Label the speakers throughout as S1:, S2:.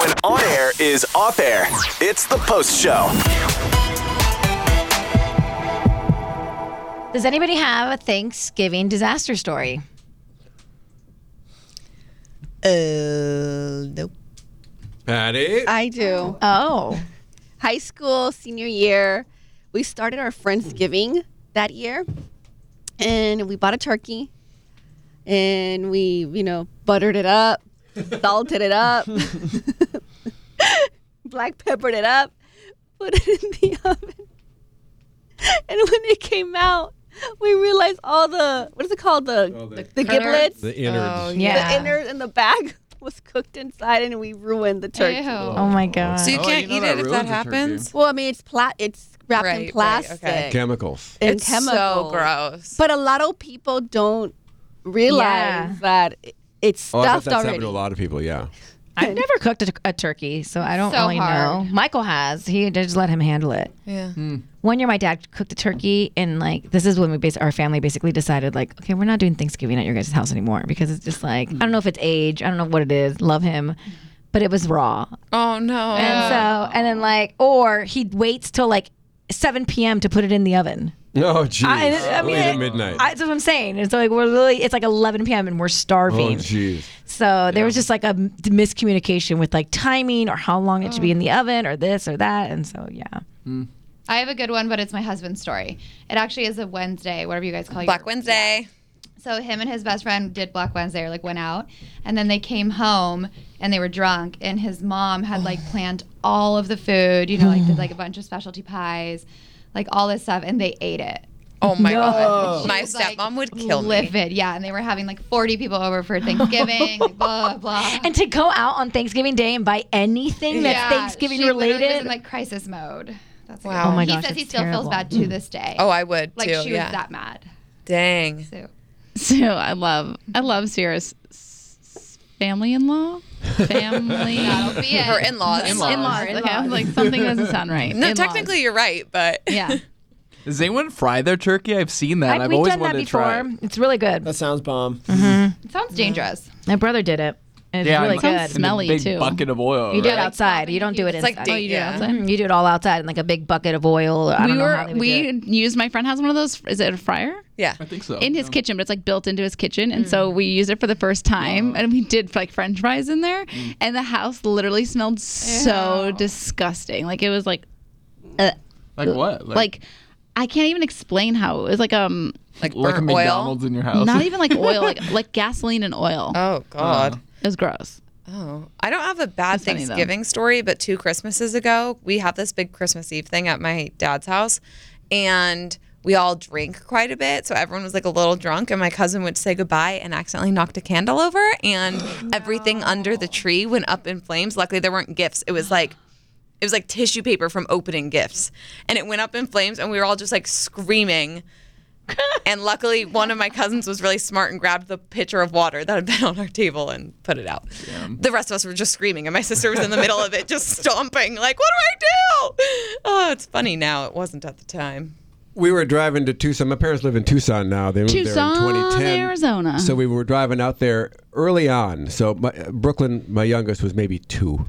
S1: When on air is off air, it's the post show.
S2: Does anybody have a Thanksgiving disaster story?
S3: Uh, nope.
S4: Patty?
S3: I do.
S2: Oh,
S3: High school senior year, we started our Friendsgiving that year, and we bought a turkey, and we you know buttered it up, salted it up, black peppered it up, put it in the oven, and when it came out, we realized all the what is it called the the, the giblets
S4: The innards.
S5: Oh,
S2: yeah.
S3: the innards in the bag was cooked inside and we ruined the turkey.
S2: oh my God.
S4: So
S5: So
S4: you
S5: you
S4: Oh,
S5: can't
S4: can't you know eat
S5: eat
S4: that it if
S5: it if
S4: ruins that
S5: that
S4: the turkey. happens?
S5: happens?
S3: Well, I mean, it's pla- it's wrapped
S5: Right,
S3: in
S5: right,
S3: plastic
S5: okay.
S4: Chemicals.
S3: and
S5: it's
S3: chemicals.
S5: so
S4: Oh,
S5: gross.
S3: But a lot of people don't realize
S2: Yeah.
S3: that it- it's
S4: Oh, I bet
S3: stuffed
S4: that's happened
S3: already.
S4: to a lot of people, yeah.
S2: I've never cooked a, a turkey, so I don't
S5: So
S2: really know.
S5: hard.
S2: Michael has. He I just let him handle it.
S5: yeah.
S2: One year, my dad cooked a turkey, and like this is when we bas- our family basically decided like, okay, we're not doing Thanksgiving at your guys' house anymore because it's just like I don't know if it's age, I don't know what it is. Love him, but it was raw,
S5: Oh no.
S2: and so and then like or he waits till like 7 p.m. to put it in the oven.
S4: Oh, geez.
S2: I- I mean,
S4: Late at
S2: I-
S4: midnight.
S2: I, that's what I'm saying. It's like we're literally it's like 11 p.m. and we're
S4: oh,
S2: starving.
S4: geez.
S2: So there was just like a m- miscommunication with like timing or how long it should be in the
S6: Oh.
S2: oven or this or that. And so, yeah.
S6: I have a good one, but it's my husband's story. It actually is a Wednesday, whatever you guys call it.
S5: Black Wednesday.
S6: So him and his best friend did Black Wednesday or like went out and then they came home and they were drunk and his mom had like planned all of the food, you know, like did like a bunch of specialty pies, like all this stuff and they ate it.
S5: Oh my
S6: She
S5: god. My
S6: was, like,
S5: stepmom would kill me.
S6: livid. Yeah, and they were having like 40 people over for Thanksgiving, like, blah blah.
S2: And to go out on Thanksgiving Day and buy anything that's
S6: Yeah,
S2: Thanksgiving
S6: she literally was
S2: related.
S6: in like crisis mode. That's a good
S5: Wow.
S6: one.
S5: Oh my
S6: he
S2: gosh,
S6: says he
S2: that's
S6: still
S2: terrible.
S6: feels bad to this day.
S5: Oh, I would
S6: like
S5: too.
S6: she
S5: yeah.
S6: was that mad.
S5: Dang.
S6: So
S7: So I love I love Sierra's family in law. Family
S6: that'll be it.
S5: Her in-laws.
S7: in-laws. Okay, I'm like something doesn't sound right.
S5: No,
S7: In-laws.
S5: technically you're right, but
S7: Yeah.
S8: Does anyone fry their turkey? I've seen that.
S2: Like,
S8: I've
S2: we've
S8: always
S2: done that
S8: wanted to
S2: before.
S8: try. it.
S2: It's really good. Mm-hmm.
S4: That sounds bomb.
S6: It sounds dangerous.
S2: My brother did it. And it's
S8: and
S2: really
S8: like-
S2: good.
S7: sounds smelly,
S8: and a big
S7: too.
S8: bucket of oil.
S2: You do it
S8: right?
S2: outside. You don't do it
S5: It's
S2: inside.
S5: like date, yeah.
S2: Mhm. You do it all outside in like a big bucket of oil. Or, I don't
S7: we
S2: know
S7: were
S2: how they would do
S7: we
S2: it.
S7: used my friend has one of those is it a fryer?
S5: Yeah.
S8: I think so.
S7: in his kitchen, but it's like built into his kitchen. And so we used it for the first time and we did like french fries in there. And the house literally smelled so disgusting. Like it was like, uh,
S8: Like what?
S7: like, I can't even explain how it was like, um,
S5: Like,
S8: like a
S5: burnt oil.
S8: McDonald's in your house.
S7: not even like oil, like, like gasoline and oil.
S5: Oh god.
S4: uh,
S7: It was gross.
S5: Oh, I don't have a bad
S7: funny, though.
S5: Thanksgiving story, but two Christmases ago, we have this big Christmas Eve thing at my dad's house, and we all drink quite a bit. So everyone was like a little drunk, and my cousin went to say goodbye and accidentally knocked a candle over, and everything under the tree went up in flames. Luckily, there weren't gifts. It was like it was like tissue paper from opening gifts, and it went up in flames, and we were all just like screaming. and luckily, one of my cousins was really smart and grabbed the pitcher of water that had been on our table and put it out. The rest of us were just screaming, and my sister was in the middle of it, just stomping, like, "What do I do?" Oh, it's funny now. It wasn't at the time.
S4: We were driving to Tucson. My parents live in Tucson now. They moved there in
S7: Tucson,
S4: 2010.
S7: Arizona.
S4: So we were driving out there early on. So my, Brooklyn, my youngest, was maybe two.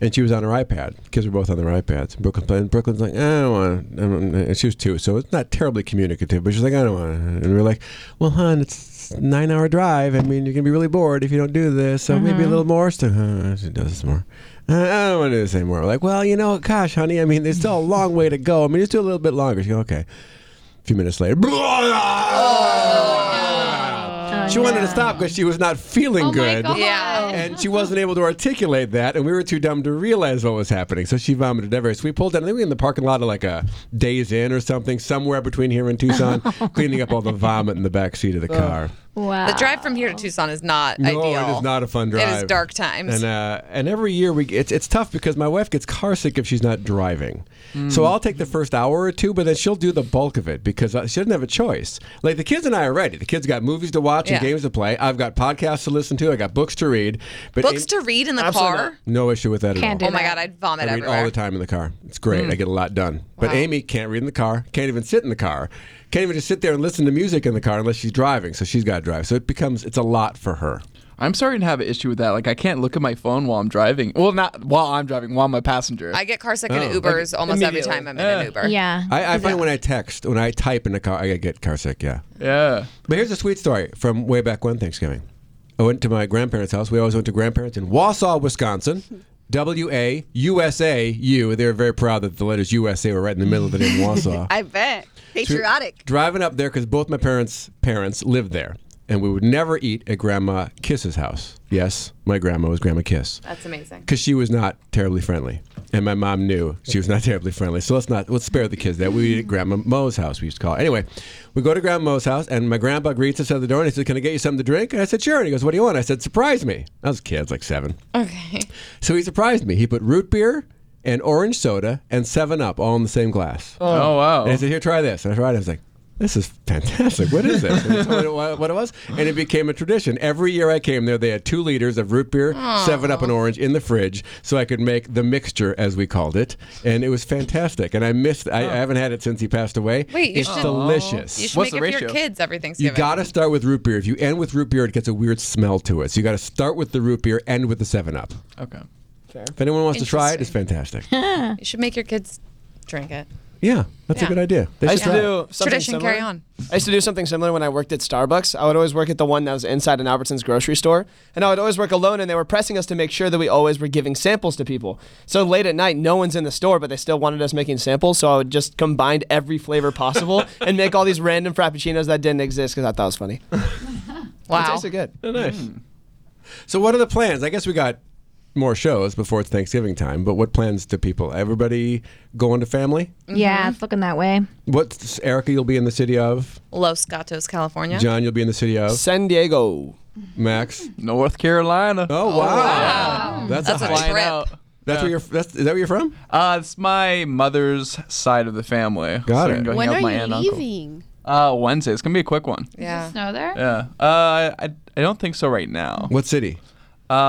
S4: And she was on her iPad. Kids were both on their iPads. Brooklyn, and Brooklyn's like, I don't want to. And she was two, so it's not terribly communicative. But she's like, I don't want to. And we are like, Well, hon, it's a nine-hour drive. I mean, you're gonna be really bored if you don't do this. So maybe
S7: Uh-huh.
S4: a little more. So uh, she does this more. "Uh, I don't want to do this anymore. We're like, well, you know, gosh, honey. I mean, there's still a long way to go. I mean, just do a little bit longer. She goes, okay. A few minutes later, she wanted to stop because she was not feeling good.
S7: Oh
S5: Yeah.
S4: And she wasn't able to articulate that, and we were too dumb to realize what was happening. So she vomited everywhere. So we pulled down. I think we were in the parking lot of like a Days Inn or something, somewhere between here and Tucson, cleaning up all the vomit in the back seat of the car.
S2: Wow.
S5: The drive from here to Tucson is not
S4: Ah. no,
S5: ideal.
S4: it is not a fun drive.
S5: It is dark times.
S4: And uh, and every year we it's it's tough because my wife gets car sick if she's not driving.
S5: Hmm.
S4: So I'll take the first hour or two, but then she'll do the bulk of it because uh, she doesn't have a choice. Like the kids and I are ready. The kids got movies to watch and
S5: Yeah.
S4: games to play. I've got podcasts to listen to. I got books to read. But
S5: Books
S4: it-
S5: to read in the
S4: Absolutely
S5: car?
S4: not. No issue with that
S5: Can't
S4: at all.
S5: do Oh my that. God, I'd vomit
S4: I read all
S5: everywhere.
S4: the time in the car. It's great.
S5: Mm.
S4: I get a lot done. But
S5: Wow.
S4: Amy can't read in the car. Can't even sit in the car. Can't even just sit there and listen to music in the car unless she's driving. So she's got to drive. So it becomes it's a lot for her.
S8: I'm starting to have an issue with that. Like, I can't look at my phone while I'm driving. Well, not while I'm driving, while I'm a passenger.
S5: I get car sick in
S4: Oh.
S5: Ubers
S4: Like,
S5: almost every
S4: immediately.
S5: time I'm in an Uber.
S2: Yeah.
S4: I, I find when I text, when I type in the car, I get car sick. Yeah.
S8: Yeah.
S4: But here's a sweet story from way back when Thanksgiving. I went to my grandparents' house. We always went to grandparents in Wausau, Wisconsin. W A U S A U. They were very proud that the letters USA were right in the middle of the name Wausau.
S3: I bet.
S4: So we were
S3: Patriotic.
S4: driving up there because both my parents' parents lived there, and we would never eat at Grandma Kiss's house. Yes, my grandma was Grandma Kiss.
S5: That's amazing.
S4: Because she was not terribly friendly, and my mom knew she was not terribly friendly. So let's not let's spare the kids that. We eat at Grandma Mo's house. We used to call. It. Anyway, we go to Grandma Mo's house, and my grandpa greets us at the door, and he says, "Can I get you something to drink?" And I said, "Sure." And he goes, "What do you want?" I said, "Surprise me." I was a kid, I was like seven.
S5: Okay.
S4: So he surprised me. He put root beer and orange soda and Seven Up all in the same glass.
S8: Oh. Oh, wow.
S4: And he said, "Here, try this." And I tried. it. I was like, "This is fantastic. What is this?" And he told me what, what it was, and it became a tradition. Every year I came there, they had two liters of root beer,
S8: Aw.
S4: Seven Up, and orange in the fridge, so I could make the mixture, as we called it, and it was fantastic. And I missed. I, I haven't had it since he passed away.
S5: Wait, you
S4: it's
S5: should
S4: delicious.
S5: You should make it for your kids every Thanksgiving.
S4: You got to start with root beer. If you end with root beer, it gets a weird smell to it. So you got to start with the root beer, end with the Seven Up.
S8: Okay.
S4: If anyone wants to try it, it's fantastic.
S5: you should make your kids drink it.
S4: Yeah, that's
S5: Yeah.
S4: a good idea. They
S9: I
S4: should
S9: used to
S4: try it.
S9: do something
S5: Tradition,
S9: similar.
S5: carry on.
S9: I used to do something similar when I worked at Starbucks. I would always work at the one that was inside an Albertsons grocery store, and I would always work alone. And they were pressing us to make sure that we always were giving samples to people. So late at night, no one's in the store, but they still wanted us making samples. So I would just combine every flavor possible and make all these random frappuccinos that didn't exist because I thought it was funny.
S5: Wow.
S9: tasted good.
S4: nice. So, what are the plans? I guess we got more shows before it's Thanksgiving time. But what plans do people? Everybody going to family?
S2: Yeah,
S6: Mm-hmm.
S2: it's looking that way.
S4: What, Erica? You'll be in the city of.
S5: Los Gatos, California.
S4: John, you'll be in the city of
S9: San Diego.
S4: Max,
S8: North Carolina.
S4: Oh wow,
S5: wow.
S4: that's,
S5: That's
S4: a,
S5: a
S4: hike.
S5: trip.
S4: That's where you're. That's is that where you're from?
S8: Uh, it's my mother's side of the family.
S4: Got
S8: so I'm
S4: it.
S8: going
S3: When
S8: out
S3: are
S8: with my
S3: you
S8: aunt and uncle.
S3: leaving?
S8: Uh, Wednesday. It's gonna be a quick one.
S5: Yeah.
S6: snow there?
S8: Yeah. Uh, I I don't think so right now.
S4: What city?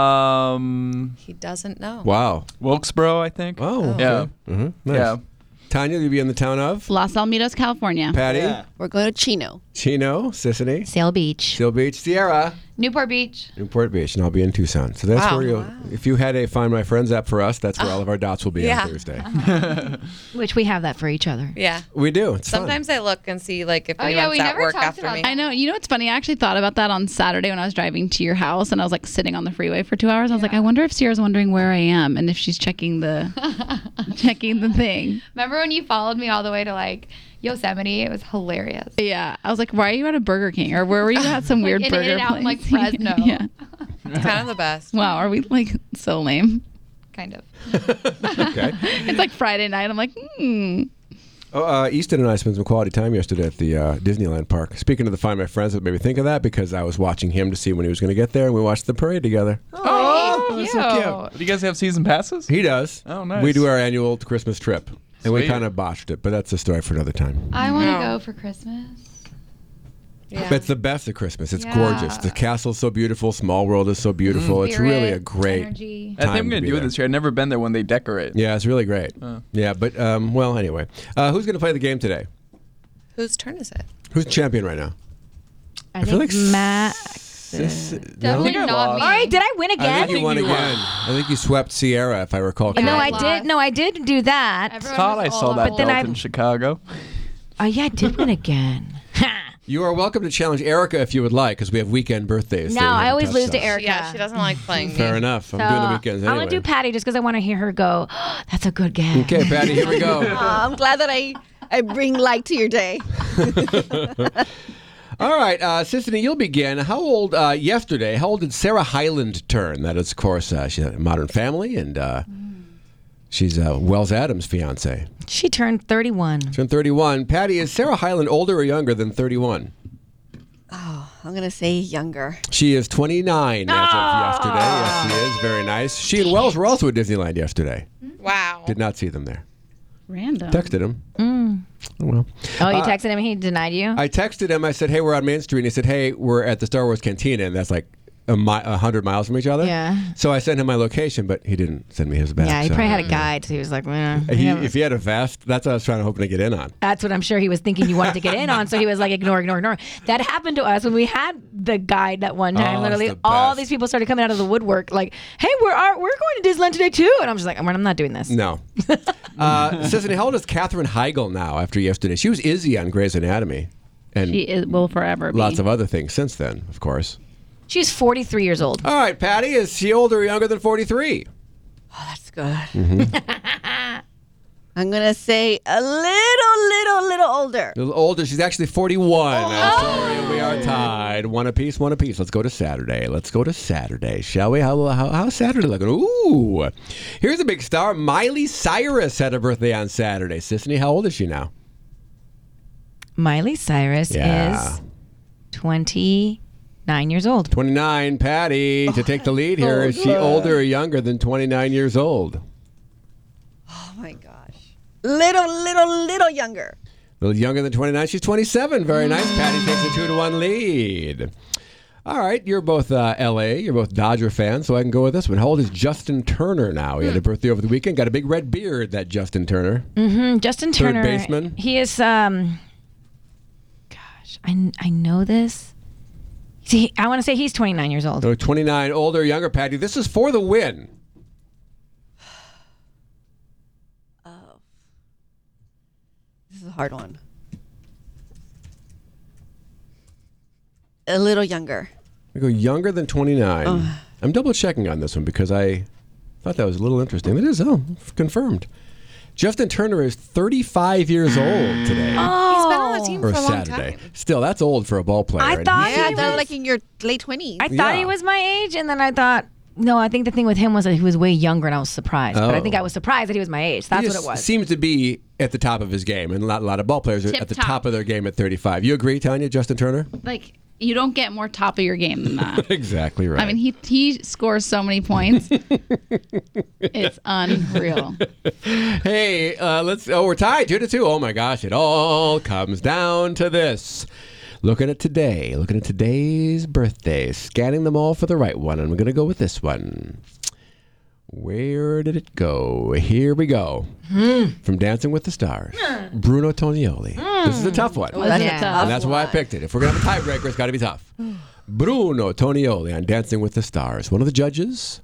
S8: Um.
S5: He doesn't know.
S4: Wow,
S8: Wilkesboro, I think.
S4: Oh, okay.
S8: yeah.
S4: hmm Nice.
S8: Yeah.
S4: Tanya, you'll be in the town of
S7: Los Alamitos, California.
S4: Patty,
S3: We're going to Chino.
S4: Chino, Sissany,
S2: Sail Beach,
S4: Seal Beach, Sierra.
S6: Newport Beach.
S4: Newport Beach, and I'll be in Tucson. So that's
S6: Wow.
S4: where you'll. If you had a Find My Friends app for us, that's where all of our dots will be
S5: Yeah.
S4: on Thursday.
S2: which we have that for each other.
S5: Yeah.
S4: we do. It's fun.
S5: Sometimes I look and see like if
S6: Oh, yeah,
S5: anyone's
S6: we
S5: at
S6: never
S5: work
S6: talked
S5: after
S6: about
S5: me.
S7: I know. You know what's funny? I actually thought about that on Saturday when I was driving to your house and I was like sitting on the freeway for two hours. I was like, I wonder if Sierra's wondering where I am and if she's checking the checking the thing.
S6: Remember when you followed me all the way to like Yosemite? It was hilarious.
S7: Yeah. I was like, why are you at a Burger King? Or where were you at some
S6: Like
S7: weird
S6: in
S7: burger
S6: In-N-Out in, like
S7: place?
S6: Fresno.
S7: yeah.
S5: kind of the best.
S7: Wow, are we like so lame?
S6: Kind of.
S7: It's like Friday night. I'm like, hmm.
S4: Oh, uh, Easton and I spent some quality time yesterday at the uh, Disneyland park. Speaking of the Find My Friends, it made me think of that because I was watching him to see when he was going to get there, and we watched the parade together.
S8: Oh,
S4: that's so cute.
S8: Do you guys have season passes?
S4: He does.
S8: Oh, nice.
S4: We do our annual Christmas trip, and we
S8: Sweet.
S4: kind of botched it, but that's a story for another time.
S6: I want to
S5: No.
S6: go for Christmas.
S4: It's the best of Christmas. It's
S6: Yeah.
S4: gorgeous. The castle's so beautiful. Small world is so beautiful.
S7: Mm-hmm.
S4: It's really a great.
S8: I think
S4: time
S8: I'm
S4: to
S8: gonna
S4: be
S8: do it
S4: there.
S8: this year. I've never been there when they decorate.
S4: Yeah, it's really great. Yeah, but um, well, anyway, uh, who's going to play the game today?
S5: Whose turn is it?
S4: Who's champion right now?
S2: I,
S4: feel
S2: think
S4: like
S2: Matt.
S4: Sis-
S2: Definitely
S4: no?
S2: not All right, did I win
S4: I
S2: again?
S4: think you won again. I think you swept Sierra, if I recall.
S2: no, I
S4: correctly.
S2: did. No, I did do that.
S8: Thought I saw that
S2: But then
S8: belt
S2: I.
S8: in Chicago.
S2: Oh yeah, I did win again.
S4: You are welcome to challenge Erica if you would like, because we have weekend birthdays. that
S2: No,
S4: we
S2: I
S4: haven't
S2: always
S4: touched
S2: lose to
S4: on.
S2: Erica.
S5: Yeah, she doesn't like playing me.
S4: Fair enough. I'm doing the weekends
S2: Uh, I'm
S4: anyway.
S2: gonna do Patty just because I want to hear her go. "Oh, That's a good guess.
S4: okay, Patty, here we
S3: Aw,
S4: go.
S3: I'm glad that I, I bring light to your day.
S4: All right, uh, Sissany, you'll begin. How old uh, yesterday? How old did Sarah Hyland turn? That is, of course, uh, she's a Modern Family, and uh, she's uh, Wells Adams' fiance.
S2: She turned 31.
S4: Turned 31. Patty, is Sarah Hyland older or younger than 31?
S3: I'm gonna say younger.
S4: She is 29 as
S2: Ah.
S4: of yesterday. Yes, she is. Very nice. She and Wells were also at Disneyland yesterday.
S5: Wow.
S4: Did not see them there.
S2: Random.
S4: Texted him.
S2: Mm.
S4: Oh, well.
S2: Oh, you
S4: Uh,
S2: texted him and he denied you?
S4: I texted him. I said, "Hey, we're on Main Street." And he said, "Hey, we're at the Star Wars Cantina," and that's like a mi- a hundred miles from each other.
S2: Yeah.
S4: So I sent him my location, but he didn't send me his back.
S2: yeah, he
S4: so-
S2: probably had a guide, so he was like, "Well,
S4: If he,
S2: yeah."
S4: if he had a vest, that's what I was trying to hoping to get in on.
S2: That's what I'm sure he was thinking you wanted to get in on. So he was like, ignore, ignore, ignore. That happened to us when we had the guide that one time.
S4: Oh, that's
S2: Literally,
S4: the
S2: all
S4: best.
S2: these people started coming out of the woodwork, like, hey, we're, are, we're going to Disneyland today, too. And I'm just like, I'm, I'm not doing this.
S4: No. uh, Cicely, how old is Katherine Heigl now after yesterday? She was Izzy on Grey's Anatomy. And
S7: She is, will forever be.
S4: lots of other things since then, of course.
S2: She's 43 years old.
S4: All right, Patty, is she older or younger than 43?
S3: That's good.
S4: Mm-hmm.
S3: I'm gonna say a little, little, little older.
S4: A little older. She's actually 41. I'm sorry. We are tied. One apiece, one apiece. Let's go to Saturday. Let's go to Saturday, shall we? How, how, how's Saturday looking? Ooh. Here's a big star. Miley Cyrus had a birthday on Saturday. Sisney, how old is she now?
S2: Miley Cyrus
S4: Yeah.
S2: is 29 years old.
S4: 29. Patty, to take the lead here. Is she
S2: Oh, God.
S4: older or younger than 29 years old?
S3: Little, little, little younger.
S4: A little younger than 29. She's 27. Very nice. Patty takes a two to one lead. All right, you're both uh, LA, you're both Dodger fans, so I can go with this one. How old is Justin Turner now? He had a birthday over the weekend, got a big red beard, that Justin Turner.
S2: hmm Justin
S4: Third
S2: Turner.
S4: baseman.
S2: He is, um, gosh, I, I know this. See, I want to say he's 29 years old.
S4: So 29, older, younger, Patty. This is for the win.
S3: This is a hard one. A little younger.
S4: I go younger than 29. I'm double checking on this one because I thought that was a little interesting. It is, oh, confirmed. Justin Turner is 35 years old today.
S2: Oh,
S3: He's been on the team
S4: or Saturday. Still, that's old for a ball player.
S2: I
S4: right?
S2: thought
S3: Oh. Yeah, I
S2: he
S3: thought
S2: was-
S3: like in your late twenties.
S2: I thought he
S4: Yeah.
S2: was my age, and then I thought, no, I think the thing with him was that he was way younger, and I was surprised. But I
S4: Oh.
S2: think I was surprised that he was my age.
S4: he
S2: That's what
S4: just
S2: it was.
S4: Seems to be at the top of his game, and a lot, a lot of ball players are
S7: Tip
S4: at the
S7: top.
S4: top of their game at 35. You agree, Tanya? Justin Turner?
S7: like you don't get more top of your game than that.
S4: exactly right.
S7: I mean, he he scores so many points. it's unreal.
S4: hey, uh, let's. Oh, we're tied two to two. Oh my gosh! It all comes down to this. Looking at today, looking at today's birthdays, scanning them all for the right one. I'm going to go with this one. Where did it go? Here we go. From Dancing with the Stars, Bruno Tonioli. This is a tough one.
S1: Oh, that's a Yeah. tough
S4: and that's why I picked it. If we're going to have a tiebreaker, it's got to be tough. Bruno Tonioli on Dancing with the Stars. One of the judges,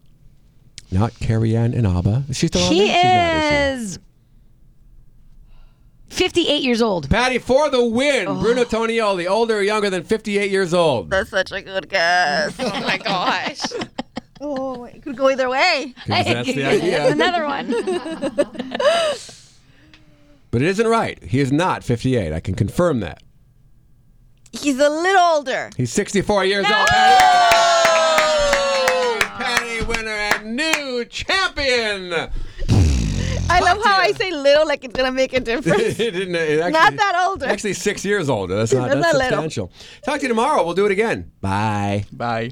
S4: not Carrie Ann and Abba. Is she still on
S2: he
S4: there? She's not, is she?
S2: is 58 years old.
S4: Patty for the win. Bruno Tonioli, older or younger than 58 years old.
S3: That's such a good guess. oh my gosh. Oh, it could go either way.
S4: 'Cause that's the idea. That's another
S3: one.
S4: But it isn't right. He is not 58. I can confirm that.
S3: He's a little older.
S4: He's 64 years old. Patty. Patty, winner and new champion.
S3: I love how I say little like it's gonna make a difference.
S4: It didn't- it actually-
S3: Not that older.
S4: Actually, six years older. That's not,
S3: That's
S4: that's
S3: not little.
S4: substantial. Talk to you tomorrow. We'll do it again. Bye.
S8: Bye.